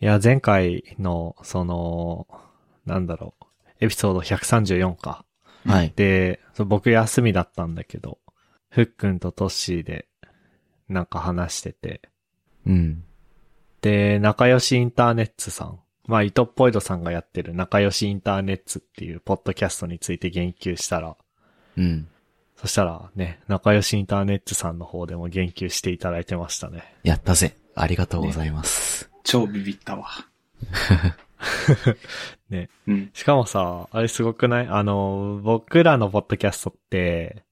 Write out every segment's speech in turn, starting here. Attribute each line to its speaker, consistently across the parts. Speaker 1: いや、前回の、その、なんだろう、エピソード134か。
Speaker 2: はい。
Speaker 1: で、そう僕休みだったんだけど、ふっくんとトッシーで、なんか話してて。
Speaker 2: うん。
Speaker 1: で、仲良しインターネッツさん。まあ、イトッポイドさんがやってる仲良しインターネッツっていうポッドキャストについて言及したら、
Speaker 2: うん。
Speaker 1: そしたらね、仲良しインターネッツさんの方でも言及していただいてましたね。
Speaker 2: やったぜ。ありがとうございます。
Speaker 3: 超ビビったわ。
Speaker 1: ね。
Speaker 3: うん。
Speaker 1: しかもさ、あれすごくないあの、僕らのポッドキャストって、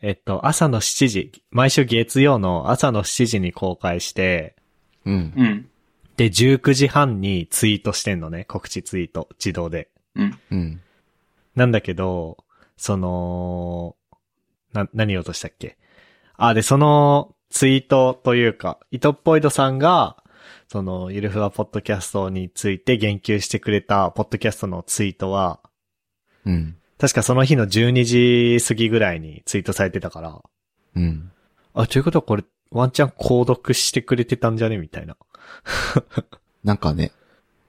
Speaker 1: えっと、朝の7時、毎週月曜の朝の7時に公開して、
Speaker 2: うん。
Speaker 3: うん。
Speaker 1: で、19時半にツイートしてんのね、告知ツイート、自動で。
Speaker 3: うん。
Speaker 2: うん。
Speaker 1: なんだけど、その、な、何をとしたっけあ、で、そのツイートというか、イトッポイドさんが、その、ゆるふわポッドキャストについて言及してくれたポッドキャストのツイートは、
Speaker 2: うん。
Speaker 1: 確かその日の12時過ぎぐらいにツイートされてたから、
Speaker 2: うん。
Speaker 1: あ、ということはこれ、ワンチャン購読してくれてたんじゃねみたいな。
Speaker 2: なんかね、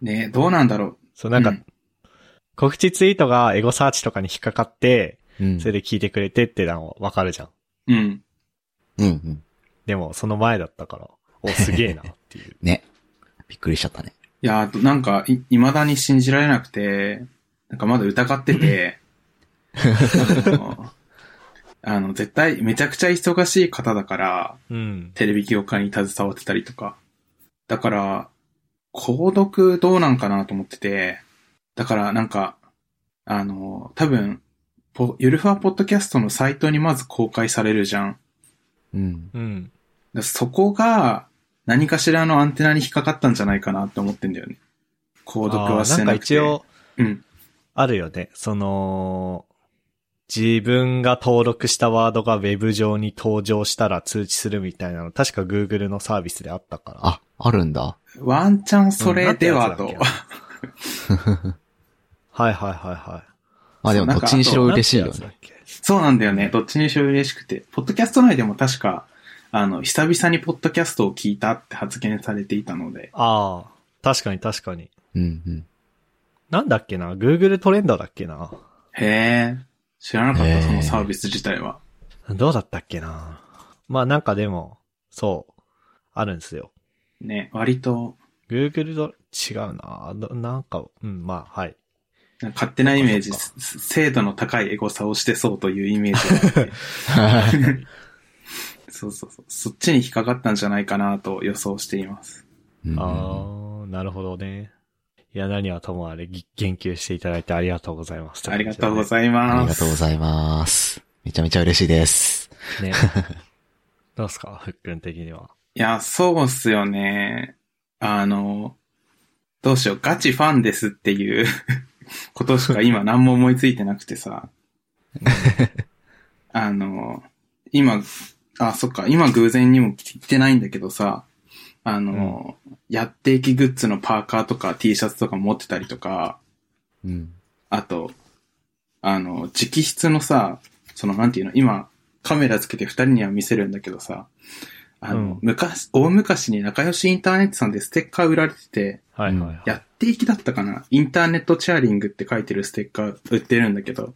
Speaker 3: ねどうなんだろ
Speaker 1: そう、なんか、
Speaker 3: うん
Speaker 1: 告知ツイートがエゴサーチとかに引っかかって、
Speaker 2: うん。
Speaker 1: それで聞いてくれてってのはわかるじゃん。
Speaker 3: う。うん。
Speaker 2: うんうん。
Speaker 1: でも、その前だったから、お、すげえなっていう。
Speaker 2: ね。びっくりしちゃったね。
Speaker 3: いやー、なんか、い、未だに信じられなくて、なんかまだ疑ってて、 あのあの、絶対めちゃくちゃ忙しい方だから、
Speaker 1: うん。
Speaker 3: テレビ業界に携わってたりとか。だから、購読どうなんかなと思ってて、だからなんか、あの、多分、ポゆるふわポッドキャストのサイトにまず公開されるじゃん。
Speaker 2: うん。
Speaker 1: うん。
Speaker 3: だそこが何かしらのアンテナに引っかかったんじゃないかなって思ってんだよね。購読は
Speaker 1: あー
Speaker 3: し
Speaker 1: な
Speaker 3: て
Speaker 1: んか
Speaker 3: なくて。
Speaker 1: 一応、
Speaker 3: うん。
Speaker 1: あるよね。その、自分が登録したワードがウェブ上に登場したら通知するみたいなの、確か Google のサービスであったから。
Speaker 2: あ、あるん だ。
Speaker 3: ワンチャンそれでは
Speaker 1: うんなん
Speaker 3: と
Speaker 1: てやつ。だっけなはいはいはいはい。
Speaker 2: まあでも、
Speaker 3: な
Speaker 2: ど
Speaker 3: んか
Speaker 2: っちにしろ嬉しいよ
Speaker 1: なんてや
Speaker 2: ね。
Speaker 1: つだっけ
Speaker 3: そうなんだよね。どっちにしろ嬉しくて。ポッドキャスト内でも確か、あの、久々にポッドキャストを聞いたって発言されていたので。
Speaker 1: ああ、確かに確かに。
Speaker 2: うん うん。
Speaker 1: なんだっけな ?Google トレンドだっけな
Speaker 3: へえ。知らなかっ
Speaker 2: へ
Speaker 3: た、
Speaker 2: ー
Speaker 3: そのサービス自体は。
Speaker 1: どうだったっけなまあなんかでも、そう、あるんですよ。
Speaker 3: ね、割と、
Speaker 1: Google と違うなどなんか、うん、まあ、 はい。
Speaker 3: なんか勝手なイメージ、
Speaker 1: そっか
Speaker 3: す精度の高いエゴサをしてそうというイメージがあってそうそうそう。そっちに引っかかったんじゃないかなと予想しています。
Speaker 2: うんうん
Speaker 1: ああ、なるほどね。いや、何はともあれ、ぎ言及していただいてありがとうございます。
Speaker 3: ありがとうご
Speaker 1: い
Speaker 3: ざいます。
Speaker 2: ありがとうございます。めちゃめちゃ嬉しいです。
Speaker 1: ます。ね。 どうですかふっくん的には。
Speaker 3: いや、そうっすよね。あの、どうしよう、ガチファンですっていう ことしか今何も思いついてなくて さ。あの、今、あ、そっか、今偶然にも着てないんだけどさ、あの、やっていきグッズのパーカーとか T シャツとか持ってたりとか、
Speaker 2: うん。
Speaker 3: あと、あの、直筆のさ、その、なんていうの、今、カメラつけて二人には見せるんだけどさ、あの、
Speaker 1: うん
Speaker 3: 昔、大昔に仲良しインターネットさんでステッカー売られてて、
Speaker 1: はいはいはい。
Speaker 3: やっていきだったかなインターネットチェアリングって書いてるステッカー売ってるんだけど、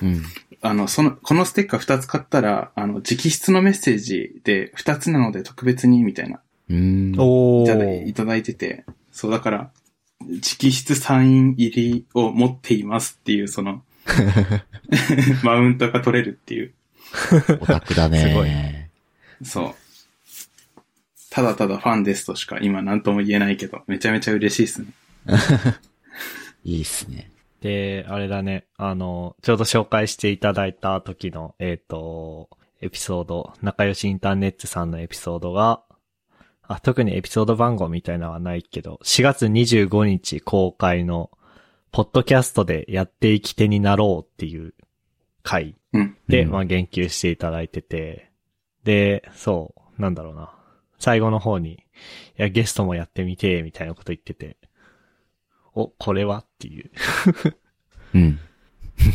Speaker 2: うん。
Speaker 3: あの、その、このステッカー二つ買ったら、あの、直筆のメッセージで二つなので特別に、みたいな、
Speaker 2: うん。
Speaker 1: お
Speaker 3: いただい
Speaker 1: ー。
Speaker 3: ただいてて、そうだから、直筆サイン入りを持っていますっていう、その、マウントが取れるっていう、
Speaker 2: オタクだ ね。
Speaker 1: すごい
Speaker 3: そう。ただただファンですとしか今何とも言えないけど、めちゃめちゃ嬉しいですね。
Speaker 2: いいっすね。
Speaker 1: で、あれだね。あの、ちょうど紹介していただいた時の、えっ、と、エピソード、仲良しインターネットさんのエピソードが、あ、特にエピソード番号みたいなのはないけど、4月25日公開の、ポッドキャストでやっていき手になろうっていう回
Speaker 3: うん。
Speaker 1: で、
Speaker 2: うん
Speaker 1: まあ、言及していただいてて、で、そう、なんだろうな。最後の方に、いや、ゲストもやってみて、みたいなこと言ってて、お、これはっていう。
Speaker 2: うん。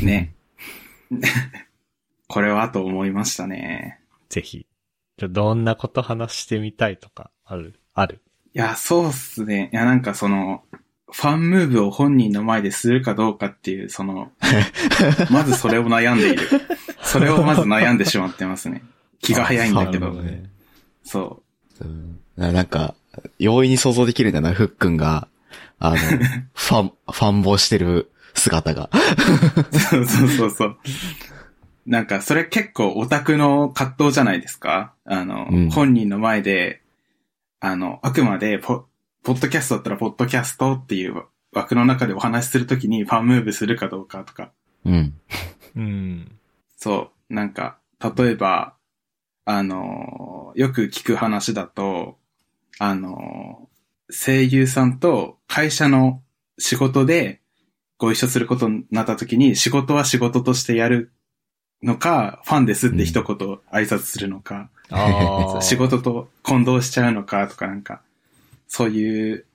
Speaker 3: ね。これはと思いましたね。
Speaker 1: ぜひ。じゃあどんなこと話してみたいとか、あるある。
Speaker 3: いいや、そうっすね。いや、なんかその、ファンムーブを本人の前でするかどうかっていう、その、まずそれを悩んでいる。それをまず悩んでしまってますね。気が早いんだ け
Speaker 1: あ
Speaker 3: ど
Speaker 1: そ。う
Speaker 2: ね。
Speaker 3: そ
Speaker 2: うんななんか、容易に想像できるんだな、ふっくんが、あの、ファン、ファンボしてる姿が。
Speaker 3: う。 そうそうそうそう。なんか、それ結構オタクの葛藤じゃないですかあの、
Speaker 2: うん
Speaker 3: 本人の前で、あの、あくまでポ、ポッドキャストだったら、ポッドキャストっていう枠の中でお話しするときにファンムーブするかどうかとか、
Speaker 2: うん。
Speaker 1: うん。
Speaker 3: そう、なんか、例えば、あのー、よく聞く話だと、あのー、声優さんと会社の仕事でご一緒することになった時に、仕事は仕事としてやるのか、ファンですって一言挨拶するのか、
Speaker 1: ああ。
Speaker 3: 仕事と混同しちゃうのかとかなんか、そういう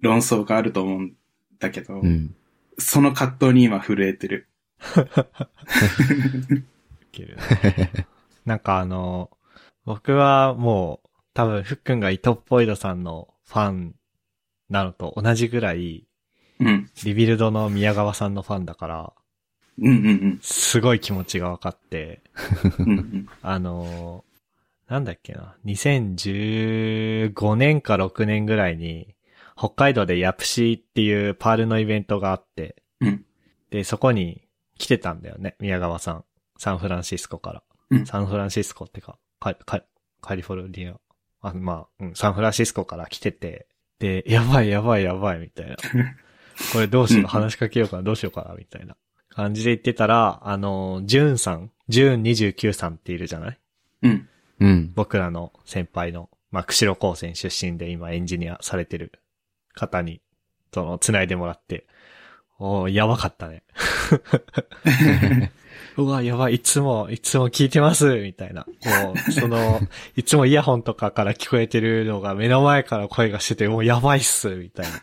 Speaker 3: 論争があると思うんだけど、
Speaker 2: うん。
Speaker 3: その葛藤に今震えてる。
Speaker 1: けるななんかあの、僕はもう多分ふっくんがイトッポイドさんのファンなのと同じぐらい、
Speaker 3: うん。
Speaker 1: リビルドの宮川さんのファンだから、
Speaker 3: うんうん
Speaker 1: すごい気持ちが分かって、
Speaker 3: うん。うんうん
Speaker 1: あの、なんだっけな、2015年か6年ぐらいに、北海道でヤプシーっていうパールのイベントがあって、
Speaker 3: うん
Speaker 1: で、そこに来てたんだよね、宮川さん。サンフランシスコから。
Speaker 3: うん
Speaker 1: サンフランシスコってか、カリカカリフォルニア。あまあ、うん、サンフランシスコから来てて、で、やばいやばいやばいみたい な。これどうしよう、話しかけようかな、どうしようかな、みたいな感じで言ってたら、あの、ジュンさん、ジュン29さんっているじゃない
Speaker 3: うん。
Speaker 2: うん。
Speaker 1: 僕らの先輩の、まあ、釧路高専出身で今エンジニアされてる方に、その、繋いでもらって、おーやばかったね。うわ、やばい、いつも、いつも聞いてます、みたいな。もう、その、いつもイヤホンとかから聞こえてるのが目の前から声がしてて、もうやばいっす、みたいな。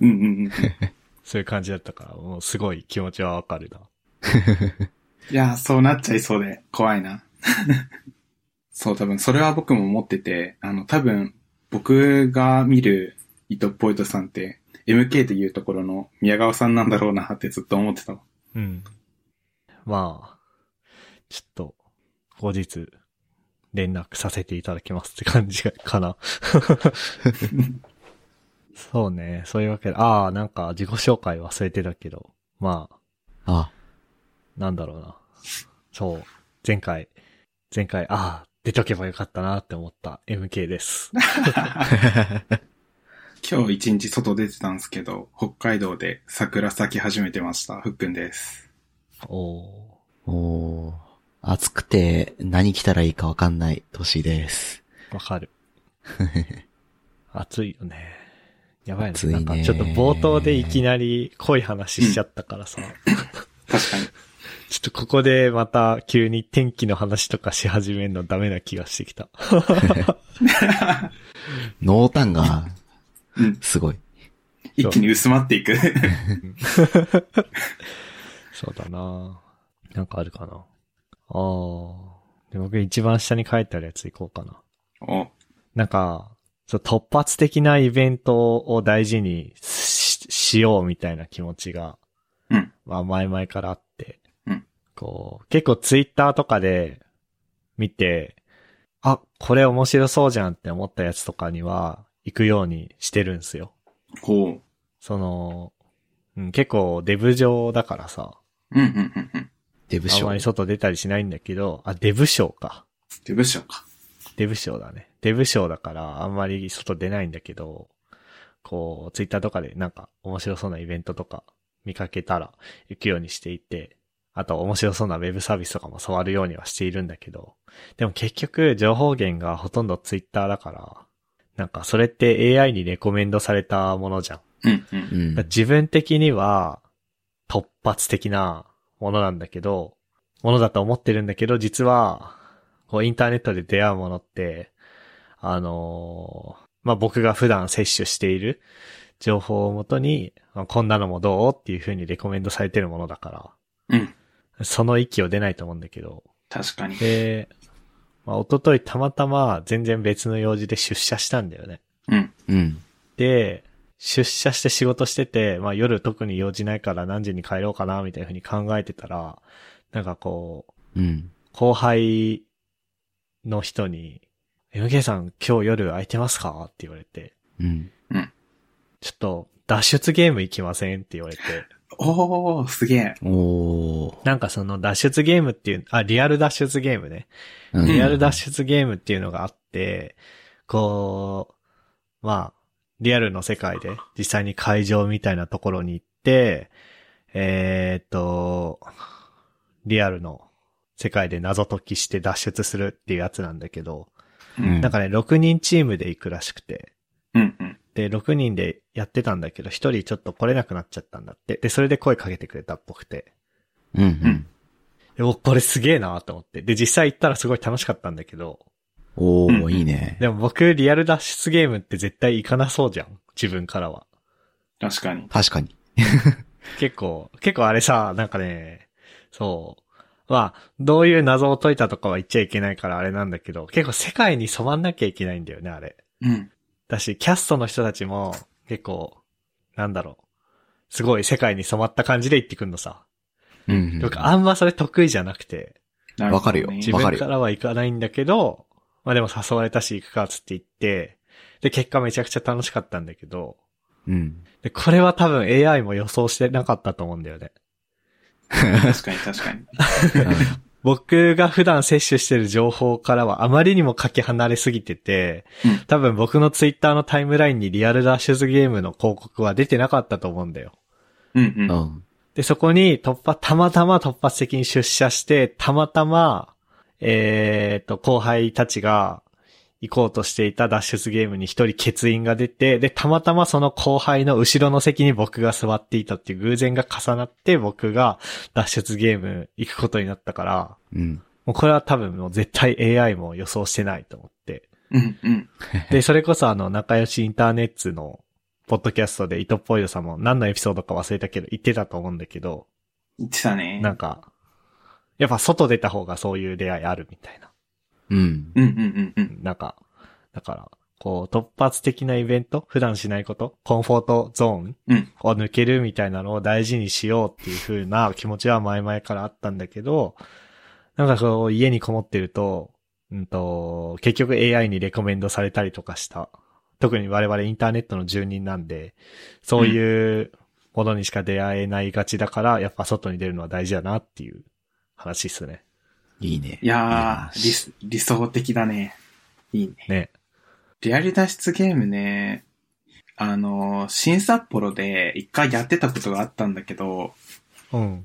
Speaker 3: うんうんうん。
Speaker 1: そういう感じだったから、もうすごい気持ちはわかるな。
Speaker 3: いや、そうなっちゃいそうで、怖いな。 そう、多分、それは僕も思ってて、あの、多分、僕が見るイトッポイトさんって、MK というところの宮川さんなんだろうなってずっと思ってた。
Speaker 1: うん。まあ、ちょっと、後日、連絡させていただきますって感じがか な。そうね。そういうわけで、ああ、なんか自己紹介忘れてたけど、まあ、
Speaker 2: あ、
Speaker 1: なんだろうな。そう。前回、前回、ああ、出とけばよかったなって思った MK です。
Speaker 3: 今日一日外出てたんですけど、北海道で桜咲き始めてました。ふっくんです。
Speaker 1: おー。
Speaker 2: おー暑くて何着たらいいかわかんない年です。
Speaker 1: わか る。暑いよね。やばい
Speaker 2: 暑い
Speaker 1: ね。な
Speaker 2: ね
Speaker 1: んかちょっと冒頭でいきなり濃い話しちゃったからさ。
Speaker 3: 確かに。
Speaker 1: ちょっとここでまた急に天気の話とかし始めるのダメな気がしてきた。
Speaker 2: 濃淡が
Speaker 3: うん、
Speaker 2: すごい。
Speaker 3: 一気に薄ま っていく。
Speaker 1: そうだななんかあるかな。あー。で僕一番下に書いてあるやついこうかな。
Speaker 3: お
Speaker 1: なんか、そう突発的なイベントを大事にししようみたいな気持ちが、
Speaker 3: うん
Speaker 1: まあ前々からあって、
Speaker 3: うん
Speaker 1: こう、結構ツイッターとかで見て、あ、これ面白そうじゃんって思ったやつとかには行くようにしてるんですよ。
Speaker 3: ほう。
Speaker 1: その、うん、結構デブ上だからさ、
Speaker 3: うん、うん、うん、うん。
Speaker 2: デ
Speaker 1: あ
Speaker 2: ブ
Speaker 1: ん
Speaker 2: 賞
Speaker 1: まり。外出たりしないんだけど、あ、デブ賞か。
Speaker 3: で、部署か。
Speaker 1: デブ賞だね。デブ賞だから、あんまり外出ないんだけど、こう、ツイッターとかでなんか面白そうなイベントとか見かけたら行くようにしていて、あと面白そうなウェブサービスとかも触るようにはしているんだけど、でも結局情報源がほとんどツイッターだから、なんかそれって AI にレコメンドされたものじゃん。
Speaker 3: うん、う。
Speaker 2: うんん。
Speaker 1: だから自分的には突発的なものなんだけど、ものだと思ってるんだけど、実は、こうインターネットで出会うものって、あのーまあ、僕が普段摂取している情報をもとに、まあこんなのもどうっていう風にレコメンドされてるものだか
Speaker 3: うん。
Speaker 1: ら、その域を出ないと思うんだけど、
Speaker 3: 確かに。
Speaker 1: で、まあ、一昨日たまたま全然別の用事で出社したんだよね。
Speaker 3: うん。
Speaker 2: うん。
Speaker 1: で、出社して仕事してて、まあ夜特に用事ないから何時に帰ろうかな、みたいな風に考えてたら、なんかこう、
Speaker 2: うん。
Speaker 1: 後輩の人に、MK さん今日夜空いてますかって言われて、
Speaker 2: うん。
Speaker 1: ちょっと脱出ゲーム行きませんって言われて、
Speaker 3: おー、すげえ。
Speaker 2: おー。
Speaker 1: なんかその脱出ゲームっていう、あ、リアル脱出ゲームね。
Speaker 2: うん
Speaker 1: リアル脱。出ゲームっていうのがあって、こう、まあ、リアルの世界で実際に会場みたいなところに行って、えーっと、リアルの世界で謎解きして脱出するっていうやつなんだけど、
Speaker 2: うん
Speaker 1: なんかね、6人チームで行くらしくて、
Speaker 3: うんうん。
Speaker 1: で、6人でやってたんだけど、1人ちょっと来れなくなっちゃったんだって。で、それで声かけてくれたっぽくて。
Speaker 2: うんうん。
Speaker 1: でお、これすげえなと思って。で、実際行ったらすごい楽しかったんだけど、
Speaker 2: お
Speaker 3: う
Speaker 2: ー、
Speaker 3: ん
Speaker 2: いいね。
Speaker 1: でも僕、リアル脱出ゲームって絶対行かなそうじゃん。自分からは。
Speaker 3: 確かに。
Speaker 2: 確かに。
Speaker 1: 結構、結構あれさ、なんかね、そう。まあ、どういう謎を解いたとかは言っちゃいけないからあれなんだけど、結構世界に染まんなきゃいけないんだよね、あれ。
Speaker 3: うん。
Speaker 1: だし、キャストの人たちも、結構、なんだろう。すごい世界に染まった感じで行ってくんのさ。
Speaker 2: うん
Speaker 1: 僕、あんまそれ得意じゃなくて、
Speaker 3: なほどね
Speaker 2: わかるよ
Speaker 1: 自
Speaker 2: わ
Speaker 1: 分からは行かないんだけど、まあでも誘われたし行くかっつって行って、で、結果めちゃくちゃ楽しかったんだけど、
Speaker 2: うん。
Speaker 1: で、これは多分 AI も予想してなかったと思うんだよね。
Speaker 3: 確かに確かに。
Speaker 1: 僕が普段摂取してる情報からはあまりにもかけ離れすぎてて、
Speaker 3: うん
Speaker 1: 多分僕のツイッターのタイムラインにリアル脱出ゲームの広告は出てなかったと思うんだよ。
Speaker 3: うん
Speaker 2: う
Speaker 3: うん。
Speaker 2: ん。
Speaker 1: で、そこに突破、たまたま突発的に出社して、たまたま、えーっと、後輩たちが行こうとしていた脱出ゲームに一人欠員が出て、で、たまたまその後輩の後ろの席に僕が座っていたっていう偶然が重なって、僕が脱出ゲーム行くことになったから、
Speaker 2: うん。
Speaker 1: もうこれは多分もう絶対 AI も予想してないと思って。
Speaker 3: うんうん。
Speaker 1: で、それこそあの、仲良しインターネッツの、ポッドキャストで、イトッポイドさんも何のエピソードか忘れたけど、言ってたと思うんだけど、
Speaker 3: 言ってたね。
Speaker 1: なんか、やっぱ外出た方がそういう出会いあるみたいな。
Speaker 2: うん。
Speaker 3: うんうんうんうん。
Speaker 1: なんか、だから、こう突発的なイベント、普段しないこと、コンフォートゾーン
Speaker 3: うん
Speaker 1: を抜けるみたいなのを大事にしようっていう風な気持ちは前々からあったんだけど、なんかこう家にこもってると、うんと、結局 AI にレコメンドされたりとかした。特に我々インターネットの住人なんで、そういうものにしか出会えないがちだから、やっぱ外に出るのは大事だなっていう話ですね。
Speaker 2: いいね。
Speaker 3: いや
Speaker 2: い
Speaker 3: ー理 す、理想的だね。いいね。
Speaker 1: ね。
Speaker 3: リアル脱出ゲームね、あの、新札幌で一回やってたことがあったんだけど、
Speaker 1: うん。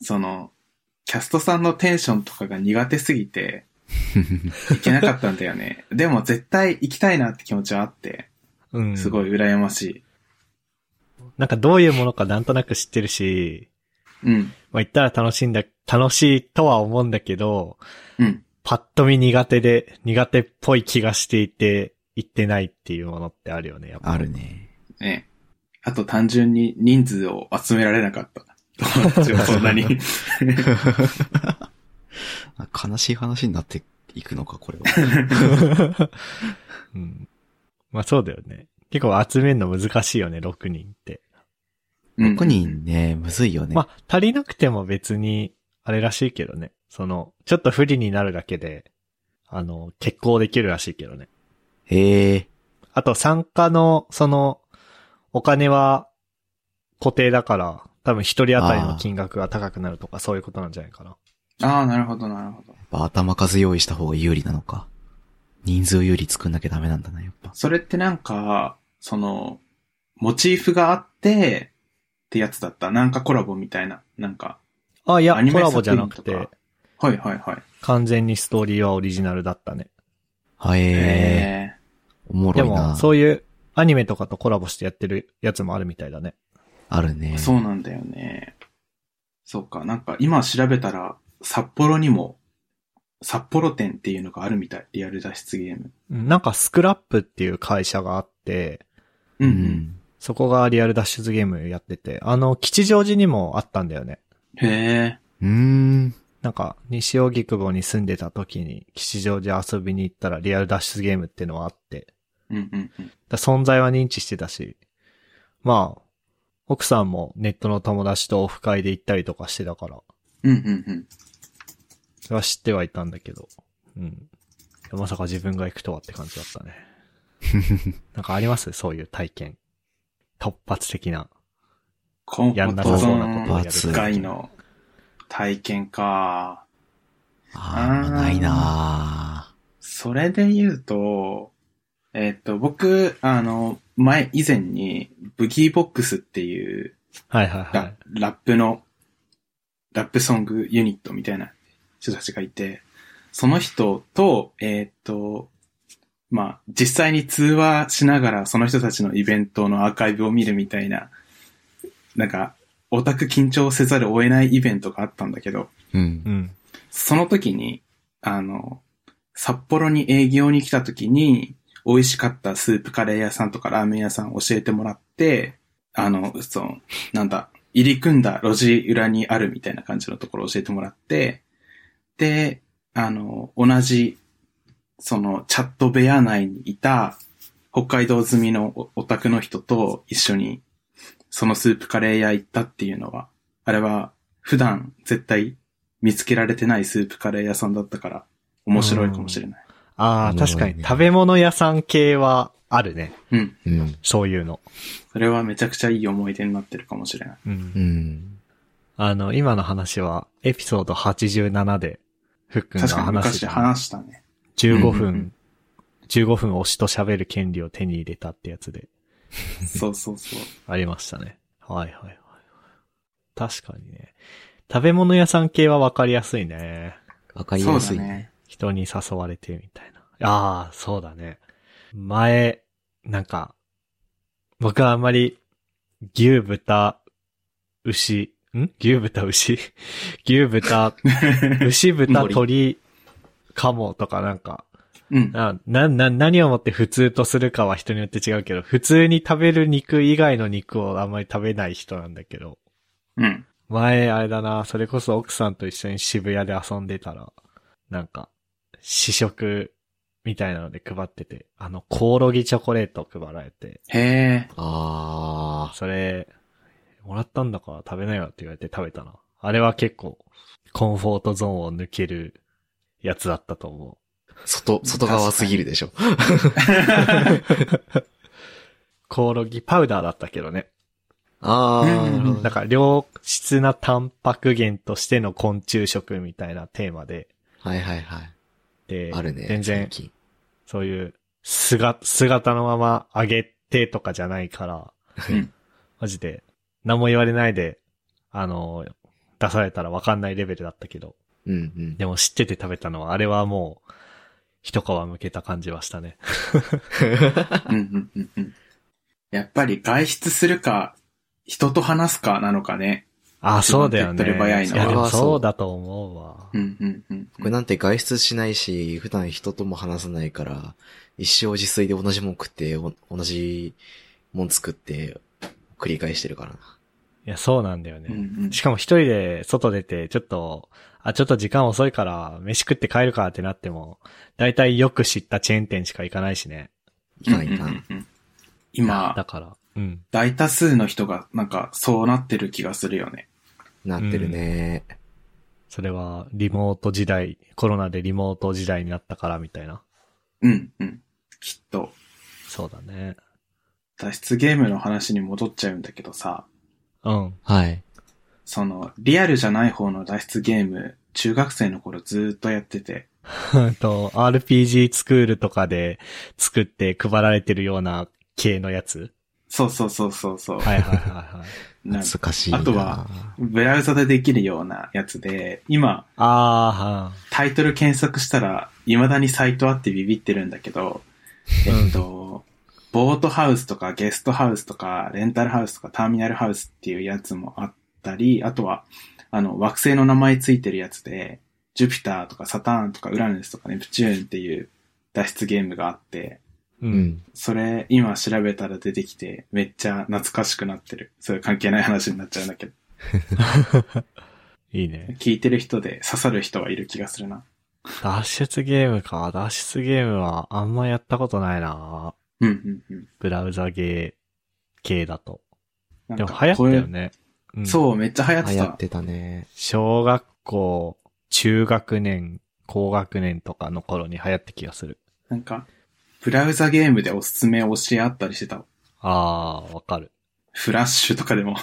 Speaker 3: その、キャストさんのテンションとかが苦手すぎて、行けなかったんだよね。 でも絶対行きたいなって気持ちはあって、
Speaker 1: うん。
Speaker 3: すごい羨まし
Speaker 1: なんかどういうものかなんとなく知ってるし、
Speaker 3: い。うん。
Speaker 1: まあ言ったら楽しいんだ、楽しいとは思うんだけど、
Speaker 3: うん。
Speaker 1: パッと見苦手で、苦手っぽい気がしていて、行ってないっていうものってあるよね、 やっぱ。
Speaker 2: あるね。
Speaker 3: ね。あと単純に人数を集められなかった。友達をそん なに。
Speaker 2: 悲しい話になっていくのか、これは。
Speaker 1: うん。まあそうだよね。結構集めるの難しいよね、6人って。
Speaker 3: うん
Speaker 2: 6人ね、むずいよね。
Speaker 1: まあ足りなくても別に、あれらしいけどね。その、ちょっと不利になるだけで、あの、結婚できるらしいけどね。
Speaker 2: へえ。
Speaker 1: あと参加の、その、お金は固定だから、多分一人当たりの金額が高くなるとか、そういうことなんじゃないかな。
Speaker 3: ああ、なるほど、なるほど。
Speaker 2: やっぱ頭数用意した方が有利なのか。人数有利作んなきゃダメなんだな、やっぱ。
Speaker 3: それってなんか、その、モチーフがあって、ってやつだった。なんかコラボみたいな。なんか。
Speaker 1: あ、いや、
Speaker 3: アニ
Speaker 1: コ
Speaker 3: メ
Speaker 1: ラ
Speaker 3: 作
Speaker 1: ボ
Speaker 3: 品
Speaker 1: じゃなく
Speaker 3: と
Speaker 1: て
Speaker 3: か、はいはいはい。
Speaker 1: 完全にストーリーはオリジナルだったね。
Speaker 2: はえ
Speaker 3: え
Speaker 2: ー、おも
Speaker 1: で
Speaker 2: ろいな。
Speaker 1: も、そういうアニメとかとコラボしてやってるやつもあるみたいだね。
Speaker 2: あるね。
Speaker 3: そうなんだよね。そうか、なんか今調べたら、札幌にも、札幌店っていうのがあるみたい。リアル脱出ゲーム。
Speaker 1: うんなんかスクラップっていう会社があって、
Speaker 3: う
Speaker 2: うんん。
Speaker 1: そこがリアル脱出ゲームやってて、あの、吉祥寺にもあったんだよね。
Speaker 3: うん。へえ。
Speaker 2: うーん。
Speaker 1: なんか、西荻窪に住んでた時に、吉祥寺遊びに行ったらリアル脱出ゲームっていうのはあって、
Speaker 3: うんうんうん。
Speaker 1: だ存在は認知してたし、まあ、奥さんもネットの友達とオフ会で行ったりとかしてたから、
Speaker 3: うんうんうん。
Speaker 1: それは知ってはいたんだけど、うん。まさか自分が行くとはって感じだったね。なんかありますそういう体験。突発的な。
Speaker 3: コンフ
Speaker 1: や
Speaker 3: ォ
Speaker 1: んな
Speaker 3: ー
Speaker 1: さ
Speaker 3: トゾ
Speaker 1: そうなことを
Speaker 3: ー
Speaker 1: や
Speaker 3: ン
Speaker 1: る。
Speaker 2: 罰
Speaker 3: 外の体験か。
Speaker 2: あー、
Speaker 3: あー
Speaker 2: ないな
Speaker 3: それで言うと、えっ、と、僕、あの、前、以前に、ブギーボックスっていう
Speaker 1: はいはい
Speaker 3: ラ,、
Speaker 1: はい。
Speaker 3: ラップの、ラップソングユニットみたいな人たちがいて、その人と、えーっと、まあ、実際に通話しながらその人たちのイベントのアーカイブを見るみたいな、なんか、オタク緊張せざるを得ないイベントがあったんだけど、
Speaker 2: ー。うん
Speaker 1: う。ん。
Speaker 3: その時に、あの、札幌に営業に来た時に、美味しかったスープカレー屋さんとかラーメン屋さん教えてもらって、あの、その、なんだ、入り組んだ路地裏にあるみたいな感じのところを教えてもらって、で、あの、同じ、その、チャット部屋内にいた、北海道済みのおオタクの人と一緒に、そのスープカレー屋行ったっていうのは、あれは、普段絶対見つけられてないスープカレー屋さんだったから、面白いかもしれない。
Speaker 1: ああ、
Speaker 2: うん
Speaker 1: 確かに食べ物屋さん系はあるね。
Speaker 3: うん。
Speaker 2: うん。
Speaker 1: そういうの。
Speaker 3: それはめちゃくちゃいい思い出になってるかもしれない。
Speaker 1: うん
Speaker 2: う。ん。
Speaker 1: あの、今の話は、エピソード87で、ふっくんが
Speaker 3: 確かに
Speaker 1: 話し
Speaker 3: 昔
Speaker 1: てた
Speaker 3: 話したね。
Speaker 1: 15
Speaker 3: うんうんうん
Speaker 1: 分、15分推しと喋る権利を手に入れたってやつで、
Speaker 3: そうそうそう。
Speaker 1: ありましたね。はいはいはい。確かにね。食べ物屋さん系はわかりやすいね。
Speaker 2: わかり
Speaker 3: そ
Speaker 2: や
Speaker 3: う
Speaker 2: す
Speaker 3: だ
Speaker 2: い。
Speaker 3: ね。
Speaker 1: 人に誘われてみたいな。ああ、そうだね。前、なんか、僕はあんまり、牛豚、牛、ん牛豚牛 牛豚、牛豚
Speaker 3: 森
Speaker 1: 鳥、鴨とかなんか、
Speaker 3: うん。
Speaker 1: な、な、な、何をもって普通とするかは人によって違うけど、普通に食べる肉以外の肉をあんまり食べない人なんだけど、
Speaker 3: うん。
Speaker 1: 前、あれだな、それこそ奥さんと一緒に渋谷で遊んでたら、なんか、試食みたいなので配ってて、あの、コオロギチョコレート配られて、
Speaker 3: へえ。
Speaker 2: あ
Speaker 1: それ、もらったんだから食べなよって言われて食べたな。あれは結構、コンフォートゾーンを抜けるやつだったと思
Speaker 2: ー。外、外側すぎるでしょ。
Speaker 1: う。コオロギパウダーだったけどね。
Speaker 2: あ
Speaker 3: うんうん
Speaker 2: ー。
Speaker 1: だから良質なタンパク源としての昆虫食みたいなテーマで、
Speaker 2: はいはいはい。
Speaker 1: で、
Speaker 2: あるね。
Speaker 1: 全然
Speaker 2: 最近
Speaker 1: そういう、姿、姿のまま上げてとかじゃないから、
Speaker 3: うん
Speaker 1: マジで、何も言われないで、あの、出されたらわかんないレベルだったけど、
Speaker 2: うんうん。
Speaker 1: でも知ってて食べたのは、あれはもう、一皮むけた感じはしたね。
Speaker 3: うんうんうんうん。やっぱり外出するか、人と話すかなのかね。
Speaker 1: あ、そうだよ
Speaker 3: 手っ
Speaker 1: ね。
Speaker 3: 取り早い
Speaker 1: い
Speaker 3: な
Speaker 1: や、で
Speaker 2: それ
Speaker 1: も
Speaker 2: はそう
Speaker 1: そうだと思うわ。
Speaker 3: うんうんうん。
Speaker 2: 僕なんて外出しないし、普段人とも話さないから、一生自炊で同じもん食って、お同じもん作って、繰り返してるからな。
Speaker 1: いや、そうなんだよね。
Speaker 3: うんうん
Speaker 1: しかも一人で外出て、ちょっと、あ、ちょっと時間遅いから、飯食って帰るかってなっても、だいたいよく知ったチェーン店しか行かないしね。
Speaker 2: いかんいか。
Speaker 3: うんんうんうん
Speaker 1: だ
Speaker 3: 今、
Speaker 1: から。うん。
Speaker 3: 大多数の人がなんかそうなってる気がするよね。
Speaker 2: なってるね。
Speaker 1: それは、リモート時代、コロナでリモート時代になったからみたいな。
Speaker 3: うんうん。きっと、
Speaker 1: そうだね。
Speaker 3: 脱出ゲームの話に戻っちゃうんだけどさ、
Speaker 1: うん。
Speaker 2: はい。
Speaker 3: その、リアルじゃない方の脱出ゲーム、中学生の頃ずーっとやってて、
Speaker 1: うんと、RPG スクールとかで作って配られてるような系のやつ。
Speaker 3: そうそうそうそうそう。
Speaker 1: はいはいはい はい。
Speaker 3: なんか
Speaker 2: 懐かしいな。
Speaker 3: あとは、ブラウザでできるようなやつで、今、
Speaker 1: あ
Speaker 3: タイトル検索したら、未だにサイトあってビビってるんだけど、えっと、ボートハウスとかゲストハウスとか、レンタルハウスとかターミナルハウスっていうやつもあったり、あとは、あの、惑星の名前ついてるやつで、ジュピターとかサターンとかウラヌスとかネプチューンっていう脱出ゲームがあって、
Speaker 1: ー、はん。う。
Speaker 2: うんん。
Speaker 3: それ今調べたら出てきて、めっちゃ懐かしくなってる。それ関係ない話になっちゃうんだけど、
Speaker 1: いいね。
Speaker 3: 聞いてる人で刺さる人はいる気がするな。
Speaker 1: 脱出ゲームか。脱出ゲームはあんまやったことないな
Speaker 3: うんうんうん。
Speaker 1: ブラウザゲー系だと。
Speaker 3: なん
Speaker 1: で
Speaker 3: か
Speaker 1: も流行ったよ
Speaker 3: こ
Speaker 1: ね。う
Speaker 3: れ
Speaker 1: ん
Speaker 3: そう、めっちゃ流行って
Speaker 2: 流行
Speaker 3: た
Speaker 2: っ。てたね。
Speaker 1: 小学校、中学年、高学年とかの頃に流行った気がする。
Speaker 3: なんか、ブラウザゲームでおすすめ教え合ったりしてた。
Speaker 1: あー、わかる。
Speaker 3: フラッシュとかでも。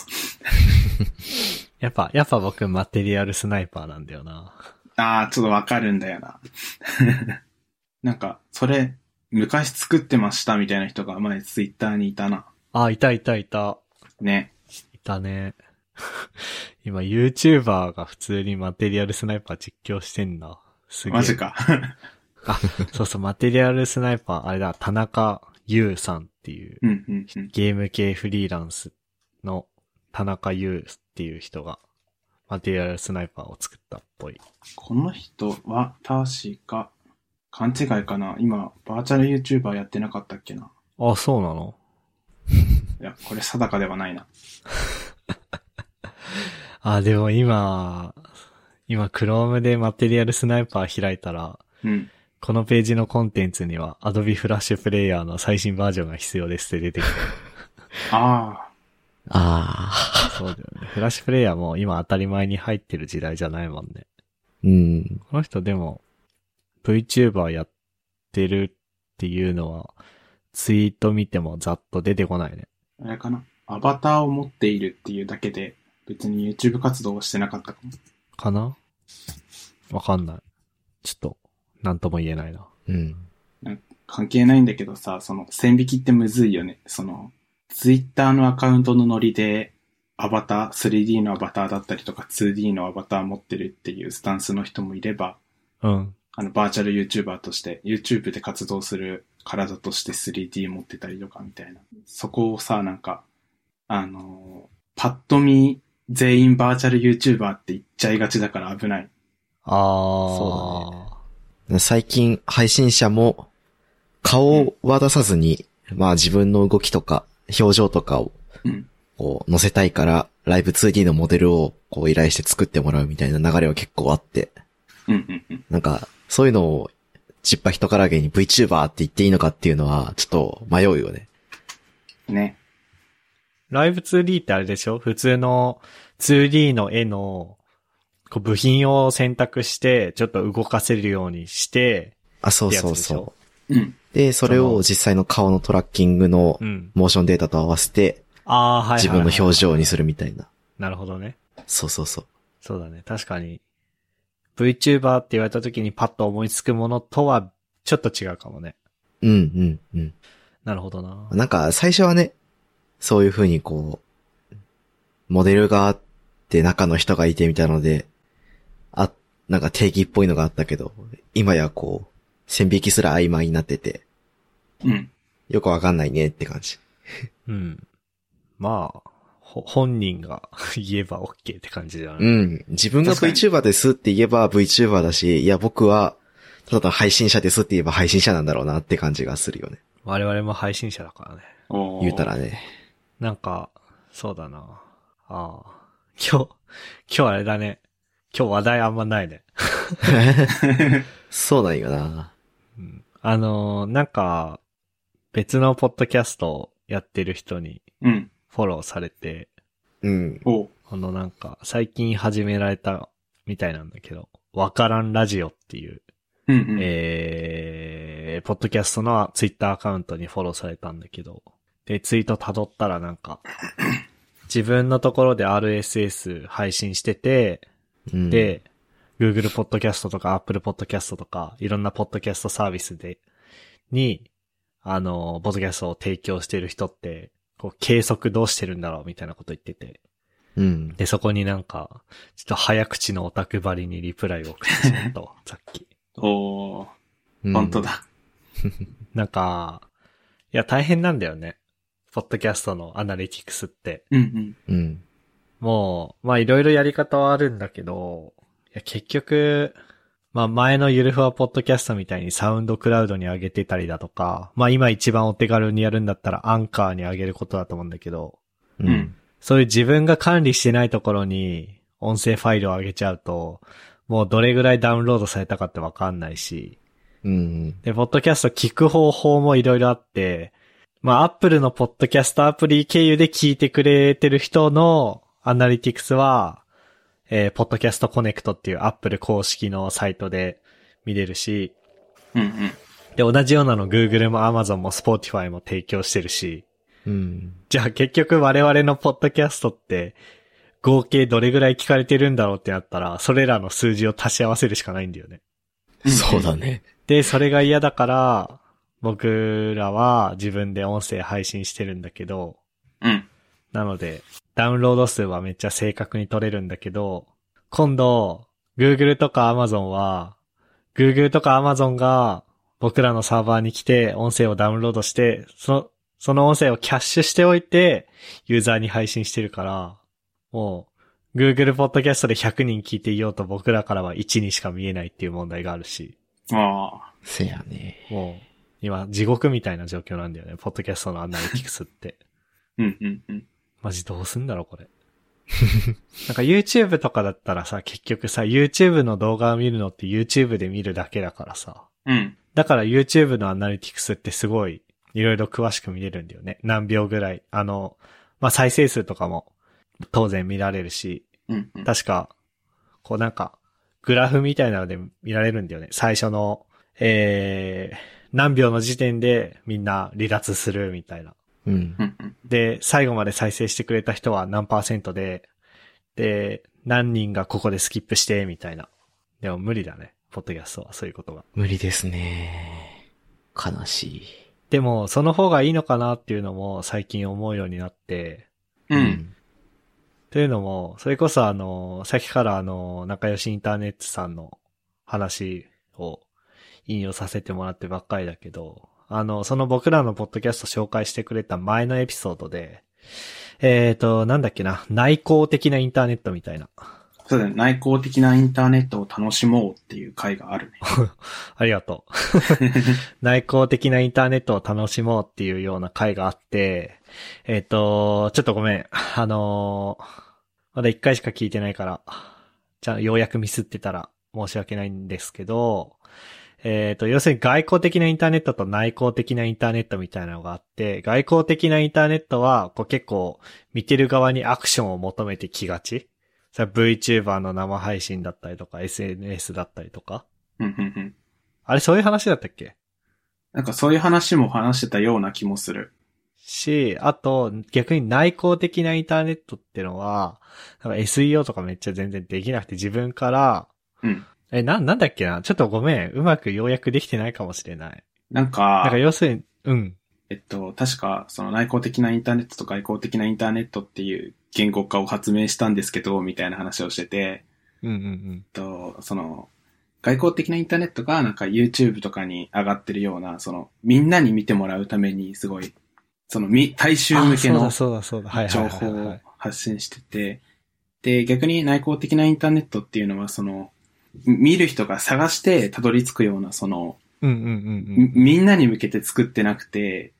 Speaker 1: やっぱ、やっぱ僕マテリアルスナイパーなんだよな。
Speaker 3: ああ、ちょっとわかるんだよな。 なんか、それ、昔作ってましたみたいな人が前ツイッターにいたな。
Speaker 1: あー、いたいたいた。
Speaker 3: ね。
Speaker 1: いたね。 今 YouTuber が普通にマテリアルスナイパー実況してんな。すげえ。
Speaker 3: マジ。か。
Speaker 1: そうそう、マテリアルスナイパー、あれだ、田中優さんっていう、
Speaker 3: うんうんうん。
Speaker 1: ゲーム系フリーランスの田中優っていう人が、マテリアルスナイパーを作ったっぽい。
Speaker 3: この人は、確か、勘違いかな。今、バーチャル YouTuber やってなかったっけな。
Speaker 1: あ、そうなの
Speaker 3: いや、これ定かではないな。
Speaker 1: あ、でも今、今、Chrome でマテリアルスナイパー開いたら、
Speaker 3: うん。
Speaker 1: このページのコンテンツには Adobe Flash Player の最新バージョンが必要ですって出てきて。
Speaker 3: あ
Speaker 2: ああ。
Speaker 1: そうだよね。フラッシュプレイヤーも今当たり前に入ってる時代じゃないもんね。
Speaker 2: うん。
Speaker 1: この人でも、VTuber やってるっていうのは、ツイート見てもざっと出てこないね。
Speaker 3: あ、あれかな。アバターを持っているっていうだけで、別に YouTube 活動をしてなかったかも。
Speaker 1: かなわかんない。ちょっと、なんとも言えないな。
Speaker 2: うん。
Speaker 3: 関係ないんだけどさ、その線引きってむずいよね。その、ツイッターのアカウントのノリで、アバター、3D のアバターだったりとか 2D のアバター持ってるっていうスタンスの人もいれば、
Speaker 1: うん。
Speaker 3: あの、バーチャル YouTuber として、YouTube で活動する体として 3D 持ってたりとかみたいな。そこをさ、なんか、あのーパッと見、全員バーチャル YouTuber って言っちゃいがちだから危ない。
Speaker 1: あー。
Speaker 2: そうだ最近配信者も顔は出さずに、まあ自分の動きとか表情とかを
Speaker 3: うん
Speaker 2: こう載せたいからライブ 2D のモデルをこう依頼して作ってもらうみたいな流れは結構あって、
Speaker 3: うんうんうん。
Speaker 2: なんかそういうのをちっぱひとからげに VTuber って言っていいのかっていうのはちょっと迷うよね。
Speaker 3: ね。
Speaker 1: ライブ 2D ってあれでしょ普通の 2D の絵の、こう部品を選択して、ちょっと動かせるようにして、
Speaker 2: あ、そ
Speaker 1: っ
Speaker 2: う
Speaker 1: てやつで
Speaker 2: そう
Speaker 1: しょ
Speaker 2: そ
Speaker 3: うん。
Speaker 2: う。で、それを実際の顔のトラッキングの
Speaker 1: うん。
Speaker 2: モーションデータと合わせて
Speaker 1: ああ、はい、はい。
Speaker 2: 自分の表。情にするみたいな。
Speaker 1: なるほどね。
Speaker 2: そうそうそう。
Speaker 1: そうだね。確かに。VTuber って言われた時にパッと思いつくものとはちょっと違うかもね。
Speaker 2: うんうんうん。
Speaker 1: なるほどな。
Speaker 2: なんか最初はね、そういう風にこう、モデルがあって中の人がいてみたいので、あ、なんか定義っぽいのがあったけど、今やこう、線引きすら曖昧になってて、
Speaker 3: うん。
Speaker 2: よくわかんないねって感じ。
Speaker 1: うん。まあ、ほ本人が 言えば OK って感じじゃ
Speaker 2: う
Speaker 1: ない、
Speaker 2: ん。自分が
Speaker 3: 確かに
Speaker 2: VTuber ですって言えば VTuber だし、いや僕は、ただの配信者ですって言えば配信者なんだろうなって感じがするよね。
Speaker 1: 我々も配信者だからね。
Speaker 3: おー
Speaker 2: 言うたら ね。
Speaker 1: なんか、そうだな。ああ。今日、今日あれだね。今日話題あんまないね。
Speaker 2: そうなんよな。
Speaker 1: うん、あのーなんか、別のポッドキャストをやってる人に
Speaker 3: うん。
Speaker 1: フォローされて、
Speaker 2: うん。
Speaker 3: おう
Speaker 1: このなんか、最近始められたみたいなんだけど、わからんラジオっていう、
Speaker 3: うんうん。
Speaker 1: えー、ポッドキャストのツイッターアカウントにフォローされたんだけど、で、ツイート辿ったらなんか、自分のところで RSS 配信してて、
Speaker 2: うん、
Speaker 1: で、Google ポッドキャストとか Apple ポッドキャストとか、いろんなポッドキャストサービスで、に、あの、ポッドキャストを提供してる人って、こう、計測どうしてるんだろうみたいなこと言ってて。
Speaker 2: うん。
Speaker 1: で、そこになんか、ちょっと早口のオタクばりにリプライを送ってしまったわ、さっき。
Speaker 3: おー
Speaker 2: うん
Speaker 3: 本当。だ。
Speaker 1: なんか、いや、大変なんだよね。ポッドキャストのアナリティクスって。
Speaker 3: うんうん。
Speaker 2: うん。
Speaker 1: もう、まあいろいろやり方はあるんだけど、いや結局、まあ前のゆるふわポッドキャストみたいにサウンドクラウドに上げてたりだとか、まあ今一番お手軽にやるんだったらアンカーに上げることだと思うんだけど、
Speaker 2: う
Speaker 3: うん。
Speaker 1: そういう自分が管理してないところに音声ファイルを上げちゃうと、もうどれぐらいダウンロードされたかってわかんないし、
Speaker 2: うん。
Speaker 1: で、ポッドキャスト聞く方法もいろいろあって、まあ、アップルのポッドキャストアプリ経由で聞いてくれてる人のアナリティクスは、えー、ポッドキャストコネクトっていうアップル公式のサイトで見れるし、
Speaker 3: うんうん。
Speaker 1: で、同じようなの Google も Amazon も Spotify も提供してるし、
Speaker 2: うん。
Speaker 1: じゃあ結局我々のポッドキャストって、合計どれぐらい聞かれてるんだろうってなったら、それらの数字を足し合わせるしかないんだよね。
Speaker 2: そうだね。
Speaker 1: で、それが嫌だから、僕らは自分で音声配信してるんだけど、
Speaker 3: うん。
Speaker 1: なので、ダウンロード数はめっちゃ正確に取れるんだけど、今度、Google とか Amazon は、Google とか Amazon が僕らのサーバーに来て音声をダウンロードして、その、その音声をキャッシュしておいて、ユーザーに配信してるから、もう、Google ポッドキャストで100人聞いていようと僕らからは1にしか見えないっていう問題があるし、
Speaker 3: ああ。
Speaker 2: せやね。
Speaker 1: もう、今、地獄みたいな状況なんだよね、ポッドキャストのアナリティクスって。
Speaker 3: うんうんうん。
Speaker 1: マジどうすんだろ、これ。 なんか YouTube とかだったらさ、結局さ、YouTube の動画を見るのって YouTube で見るだけだからさ。
Speaker 3: うん。
Speaker 1: だから YouTube のアナリティクスってすごい、いろいろ詳しく見れるんだよね。何秒ぐらい。あの、まあ、再生数とかも当然見られるし、
Speaker 3: うんうん。
Speaker 1: 確か、こうなんか、グラフみたいなので見られるんだよね。最初の、えー、何秒の時点でみんな離脱するみたいな。
Speaker 2: うん
Speaker 3: う。んうん。
Speaker 1: で、最後まで再生してくれた人は何パーセントで、で、何人がここでスキップして、みたいな。でも無理だね。ポッドキャストは、そういうことが。
Speaker 2: 無理ですね。悲しい。
Speaker 1: でも、その方がいいのかなっていうのも最近思うようになって、
Speaker 3: うん。。
Speaker 1: というのも、それこそあの、さっきからあの、仲良しインターネットさんの話を引用させてもらってばっかりだけど、あの、その僕らのポッドキャスト紹介してくれた前のエピソードで、えっ、と、なんだっけな、内向的なインターネットみたいな。
Speaker 3: そうだね。内向的なインターネットを楽しもうっていう回があるね。
Speaker 1: ありがとう。内向的なインターネットを楽しもうっていうような回があって、えっ、と、ちょっとごめん。あのーまだ一回しか聞いてないから、じゃあようやくミスってたら申し訳ないんですけど、えっ、と、要するに外交的なインターネットと内向的なインターネットみたいなのがあって、外交的なインターネットは、こう結構見てる側にアクションを求めてきがち。それは VTuber の生配信だったりとか、SNS だったりとか。
Speaker 3: うんうんうん。
Speaker 1: あれ、そういう話だったっけ
Speaker 3: なんかそういう話も話してたような気もする。
Speaker 1: し、あと、逆に内向的なインターネットってのは、なんか SEO とかめっちゃ全然できなくて自分から、
Speaker 3: うん。
Speaker 1: え、な、なんだっけなちょっとごめん。うまく要約できてないかもしれない。
Speaker 3: なんか、
Speaker 1: なんか要するに、うん。
Speaker 3: えっと、確か、その内向的なインターネットと外向的なインターネットっていう言語化を発明したんですけど、みたいな話をしてて、
Speaker 1: うんうん
Speaker 3: えっと、その、外交的なインターネットがなんか YouTube とかに上がってるような、その、みんなに見てもらうためにすごい、その、み、大衆
Speaker 1: うん。
Speaker 3: 向けの
Speaker 1: あそうだそうだそうだ。はいはい
Speaker 3: 情
Speaker 1: はい、
Speaker 3: 報
Speaker 1: は
Speaker 3: を
Speaker 1: い。
Speaker 3: 発信してて、で、逆に内向的なインターネットっていうのは、その、見る人が探してたどり着くような、その、
Speaker 1: うんうんうんうん。
Speaker 3: みみんなに向けて作ってなくて、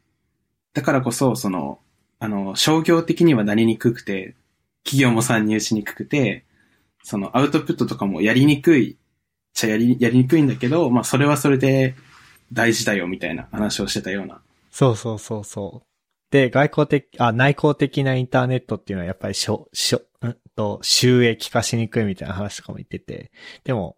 Speaker 3: だからこそ、その、あの、商業的にはなりにくくて、企業も参入しにくくて、そのアウトプットとかもやりにくいっちゃやり、やりにくいんだけど、まあそれはそれで大事だよみたいな話をしてたような。
Speaker 1: そうそうそうそう。で、外交的、あ、内向的なインターネットっていうのはやっぱりしょ、しょ、んと、収益化しにくいみたいな話とかも言ってて。でも、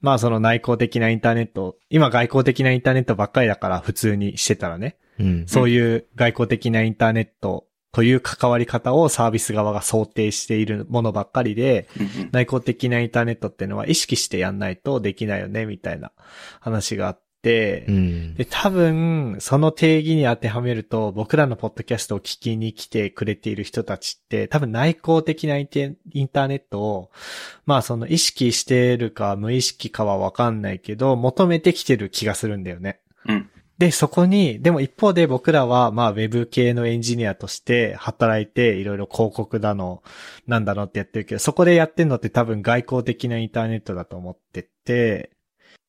Speaker 1: まあその内向的なインターネット、今外交的なインターネットばっかりだから普通にしてたらね、
Speaker 2: うん。
Speaker 1: そういう外交的なインターネットという関わり方をサービス側が想定しているものばっかりで、
Speaker 3: うんうん
Speaker 1: 内向的なインターネットっていうのは意識してやんないとできないよね、みたいな話があって、
Speaker 2: うん。
Speaker 1: で、多分、その定義に当てはめると、僕らのポッドキャストを聞きに来てくれている人たちって、多分内向的なインテインターネットを、まあその意識してるか無意識かはわかんないけど、求めてきてる気がするんだよね。
Speaker 3: うん
Speaker 1: で、そこに、でも一方で僕らは、まあ、ウェブ系のエンジニアとして働いて、いろいろ広告だの、なんだのってやってるけど、そこでやってんのって多分外交的なインターネットだと思ってて、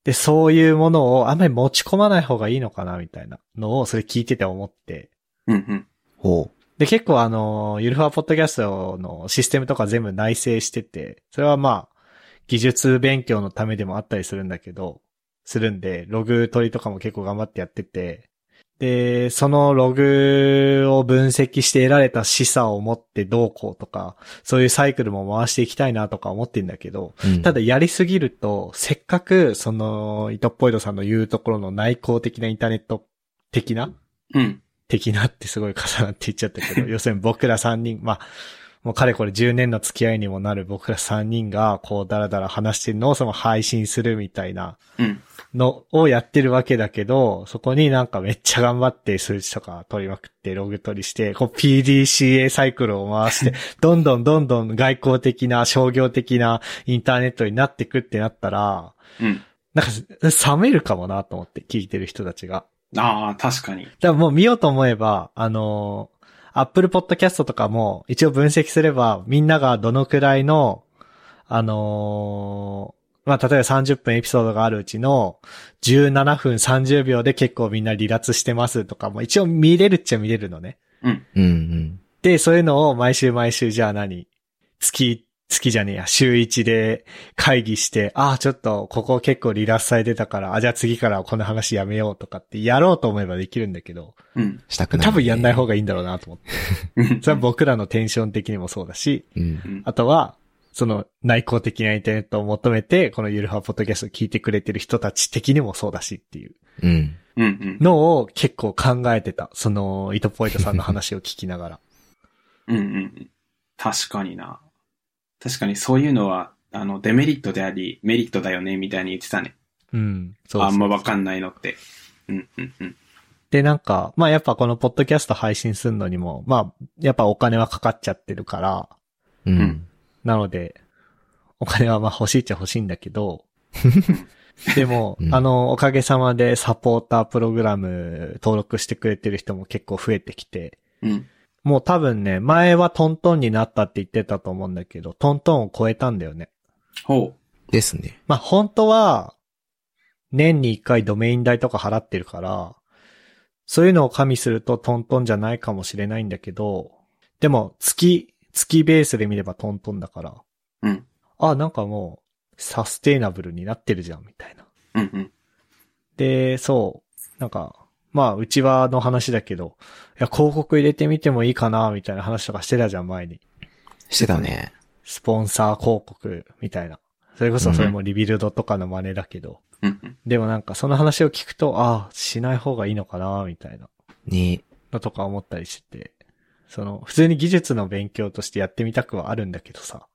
Speaker 1: で、そういうものをあんまり持ち込まない方がいいのかな、みたいなのを、それ聞いてて思って。
Speaker 3: うんうん。
Speaker 2: ほう。
Speaker 1: で、結構あの、ゆるふわポッドキャストのシステムとか全部内製してて、それはまあ、技術勉強のためでもあったりするんだけど、するんで、ログ取りとかも結構頑張ってやってて、で、そのログを分析して得られた示唆を持ってどうこうとか、そういうサイクルも回していきたいなとか思ってんだけど、
Speaker 2: うん
Speaker 1: ただ、やりすぎると、せっかく、その、イトッポイドさんの言うところの内向的なインターネット的な
Speaker 3: うん。
Speaker 1: 的なってすごい重なって言っちゃったけど、要するに僕ら3人、まあ、もうかれこれ10年の付き合いにもなる僕ら3人が、こう、だらだら話してるのをその配信するみたいな
Speaker 3: うん。
Speaker 1: のをやってるわけだけど、そこになんかめっちゃ頑張って数値とか取りまくって、ログ取りして、こう PDCA サイクルを回して、どんどんどんどん外交的な商業的なインターネットになってくってなったら、
Speaker 3: うん。
Speaker 1: なんか冷めるかもなと思って聞いてる人たちが。
Speaker 3: ああ、確かに。
Speaker 1: だからもう見ようと思えば、あのー、Apple Podcast とかも一応分析すれば、みんながどのくらいの、あのーまあ、例えば30分エピソードがあるうちの17分30秒で結構みんな離脱してますとかも一応見れるっちゃ見れるのね。
Speaker 2: うんうん。
Speaker 1: で、そういうのを毎週毎週じゃあ何月、月じゃねえや、週1で会議して、ああ、ちょっとここ結構離脱されてたから、あ、じゃあ次からはこの話やめようとかってやろうと思えばできるんだけど、
Speaker 3: うん。
Speaker 2: したくない、
Speaker 1: 多分やんない
Speaker 2: が。
Speaker 1: 方がいいんだろうなと思って。
Speaker 3: うん
Speaker 1: それは僕らのテンション的にもそうだし、
Speaker 2: うん
Speaker 3: う。ん
Speaker 1: あとは、その内向的なインターネットを求めて、このゆるはポッドキャストを聞いてくれてる人たち的にもそうだしっていう
Speaker 2: うん。
Speaker 3: うん。うん。
Speaker 1: のを結構考えてた。その、イトポイトさんの話を聞きなが ら。
Speaker 3: うん。うん。確かにな。確かにそういうのは、あの、デメリットであり、メリットだよね、みたいに言ってたね。
Speaker 1: うん。そう
Speaker 3: あ
Speaker 1: そ
Speaker 3: ん
Speaker 1: う。
Speaker 3: まわかんないのって。うん。うん。うん。
Speaker 1: で、なんか、まあやっぱこのポッドキャスト配信するのにも、まあ、やっぱお金はかかっちゃってるから、
Speaker 2: うんん。
Speaker 1: なので、お金はまあ欲しいっちゃ欲しいんだけ ど、でも、
Speaker 2: うん
Speaker 1: あの、おかげさまでサポータープログラム登録してくれてる人も結構増えてきて、
Speaker 3: うん。
Speaker 1: もう多分ね、前はトントンになったって言ってたと思うんだけど、トントンを超えたんだよね。
Speaker 3: ほ
Speaker 2: ですね。
Speaker 1: まあ、本当は、年に一回ドメイン代とか払ってるから、そういうのを加味するとトントンじゃないかもしれないんだけど、でも月、月ベースで見ればトントンだから、
Speaker 3: う。うん。
Speaker 1: あ、なんかもう、サステイナブルになってるじゃん、みたいな。
Speaker 3: うん。うん。
Speaker 1: で、そう、なんか、まあ、うちはの話だけど、いや、広告入れてみてもいいかな、みたいな話とかしてたじゃん、前に。
Speaker 2: してたね。
Speaker 1: スポンサー広告、みたいな。それこそそれもリビルドとかの真似だけど。
Speaker 3: うん。うん
Speaker 1: でもなんか、その話を聞くと、ああ、しない方がいいのかな、みたいな。
Speaker 2: ね
Speaker 1: のとか思ったりしてて。その、普通に技術の勉強としてやってみたくはあるんだけどさ。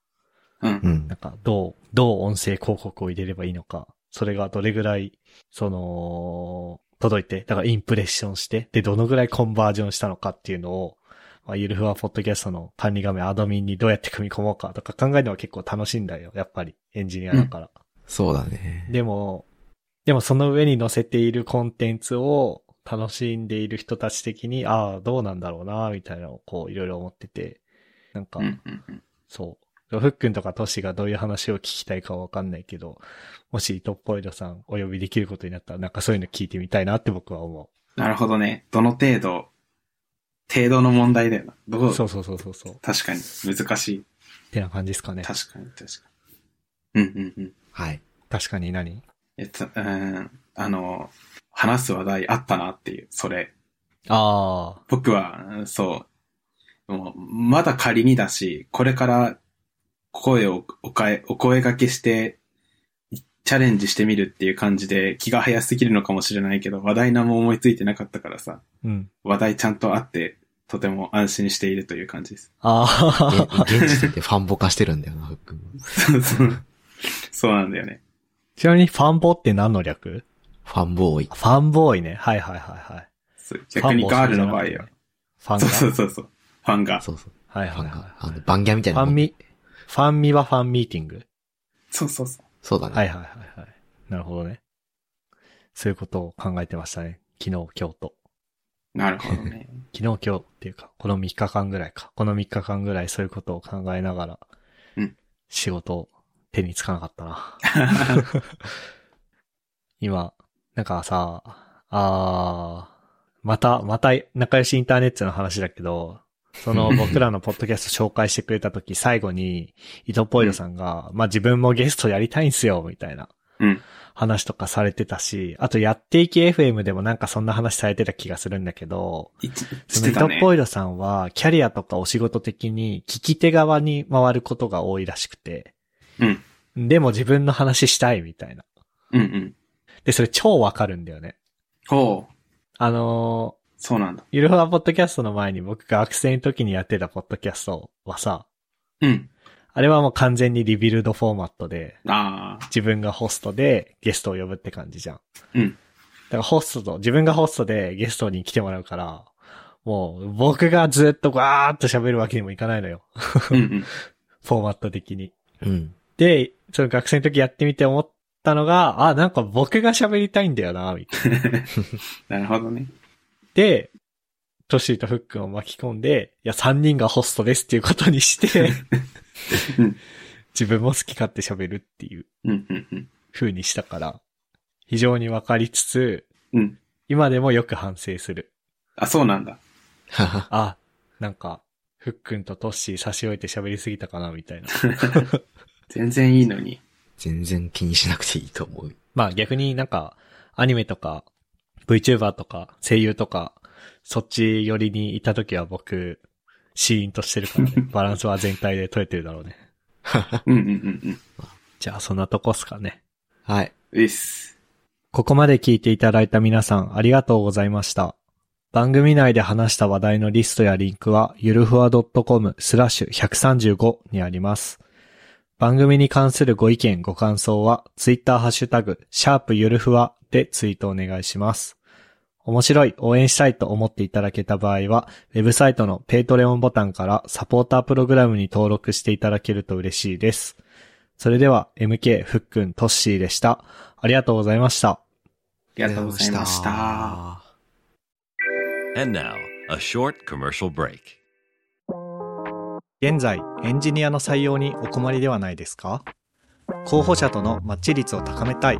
Speaker 3: うん
Speaker 2: う。ん
Speaker 1: なん。か、どう、どう音声広告を入れればいいのか、それがどれぐらい、その、届いて、だからインプレッションして、で、どのぐらいコンバージョンしたのかっていうのを、まあ、ゆるふわポッドキャストの管理画面アドミンにどうやって組み込もうかとか考えるのは結構楽しいんだよ、やっぱり、エンジニアだから。
Speaker 2: そうだね。
Speaker 1: でも、でもその上に載せているコンテンツを楽しんでいる人たち的に、ああ、どうなんだろうな、みたいなのをこう、いろいろ思ってて、なんか、
Speaker 3: うん。うん。うん
Speaker 1: そう。ふっくんとかトシがどういう話を聞きたいかはわかんないけど、もしトッポイドさんお呼びできることになったら、なんかそういうの聞いてみたいなって僕は思
Speaker 3: なるほどね。どの程度、程度の問題だよな。ど
Speaker 1: う。
Speaker 3: う
Speaker 1: そうそうそうそうそう。っ
Speaker 3: 確かに。難しい。
Speaker 1: てな感じですかね。
Speaker 3: 確かに、確かに。うん、うん、うん。
Speaker 2: はい。
Speaker 1: 確かに何
Speaker 3: えっと、うーん、あの、話す話題あったなっていう、それ。
Speaker 1: ああ。
Speaker 3: 僕は、うんそう。もうまだ仮にだし、これから声をおかえ、お声掛けして、チャレンジしてみるっていう感じで気が早すぎるのかもしれないけど、話題何も思いついてなかったからさ、
Speaker 1: うん。
Speaker 3: 話題ちゃんとあって、とても安心しているという感じです。
Speaker 2: げ
Speaker 1: ああ。
Speaker 2: 現時点でファンボ化してるんだよな、ふっくん。
Speaker 3: そうそう。そうなんだよね。
Speaker 1: ちなみにファンボって何の略
Speaker 2: ファンボーイ
Speaker 1: フ。ァンボーイね。はいはいはいはい。
Speaker 3: そう逆にガールの場合は。
Speaker 1: ファンボーイ
Speaker 3: そうそ
Speaker 1: じゃなくてね。ファン
Speaker 3: うそうそう。ファンが。
Speaker 2: そうそう。
Speaker 1: が。はい
Speaker 2: フ
Speaker 1: は
Speaker 2: ァ
Speaker 1: い
Speaker 2: ン
Speaker 1: はい。
Speaker 2: が。あの、バンギャみたい
Speaker 1: フ
Speaker 2: な
Speaker 1: ァ
Speaker 2: もん。
Speaker 1: ンミ、ファンミはファンミーティング。
Speaker 3: そうそうそう。
Speaker 2: そうだね。
Speaker 1: はいはいはいはい。なるほどね。そういうことを考えてましたね。昨日、今日と。
Speaker 3: なるほどね。
Speaker 1: 昨日今日っていうか、この3日間ぐらいか。この3日間ぐらいそういうことを考えながら、
Speaker 3: うん
Speaker 1: 仕事を手につかなかった な。今、なんかさ、あー、また、また仲良しインターネットの話だけど、そ の僕らのポッドキャスト紹介してくれた時最後に、伊藤ポイドさんが、まあ自分もゲストやりたいんすよ、みたいな
Speaker 3: うん
Speaker 1: 話とかされてたし、あとやっていき FM でもなんかそんな話されてた気がするんだけど、
Speaker 3: いつし
Speaker 1: そ
Speaker 3: て
Speaker 1: の
Speaker 3: た
Speaker 1: ト
Speaker 3: ね。
Speaker 1: ポイロさんはキャリアとかお仕事的に聞き手側に回ることが多いらしくて、
Speaker 3: うん。
Speaker 1: でも自分の話したいみたいな。
Speaker 3: うんうん。
Speaker 1: で、それ超わかるんだよね。
Speaker 3: ほう。
Speaker 1: あのー
Speaker 3: そうなんだ。
Speaker 1: ゆるふわポッドキャストの前に僕が学生の時にやってたポッドキャストはさ、
Speaker 3: うん。
Speaker 1: あれはもう完全にリビルドフォーマットで、
Speaker 3: ああ。
Speaker 1: 自分がホストでゲストを呼ぶって感じじゃん。
Speaker 3: うん
Speaker 1: だからホストと、自分がホストでゲストに来てもらうから、もう僕がずっとガーッと喋るわけにもいかないのよ。
Speaker 3: うんうん。
Speaker 1: フォーマット的に。
Speaker 2: うん。
Speaker 1: で、その学生の時やってみて思ったのが、あ、なんか僕が喋りたいんだよな、みたいな。
Speaker 3: なるほどね。
Speaker 1: で、トシーとフックンを巻き込んで、いや、3人がホストですっていうことにして
Speaker 3: うん、
Speaker 1: 自分も好き勝手喋るっていう
Speaker 3: うんうんうん。
Speaker 1: 風にしたから、非常にわかりつつ、
Speaker 3: うん
Speaker 1: 今でもよく反省する。
Speaker 3: あ、そうなんだ。
Speaker 2: はは。
Speaker 1: あ、なんか、フックンとトッシー差し置いて喋りすぎたかな、みたいな。
Speaker 3: 全然いいのに。
Speaker 2: 全然気にしなくていいと思う。
Speaker 1: まあ逆になんか、アニメとか、VTuber とか、声優とか、そっち寄りにいた時は僕、シーンとしてるからね。バランスは全体で取れてるだろうね。
Speaker 2: はは
Speaker 3: うんうんうんうん。
Speaker 1: じゃあそんなとこっすかね。
Speaker 2: はい。
Speaker 3: ういっす。
Speaker 1: ここまで聞いていただいた皆さんありがとうございました。番組内で話した話題のリストやリンクは、ゆるふわ .com スラッシュ135にあります。番組に関するご意見、ご感想は、ツイッターハッシュタグ、シャープゆるふわでツイートお願いします。面白い、応援したいと思っていただけた場合は、ウェブサイトのペイトレオンボタンからサポータープログラムに登録していただけると嬉しいです。それでは、MK、ふっくん、トッシーでした。ありがとうございました。
Speaker 3: ありがとうございました。。
Speaker 4: And now, a short commercial break.
Speaker 1: 現在エンジニアの採用にお困りではないですか候補者とのマッチ率を高めたい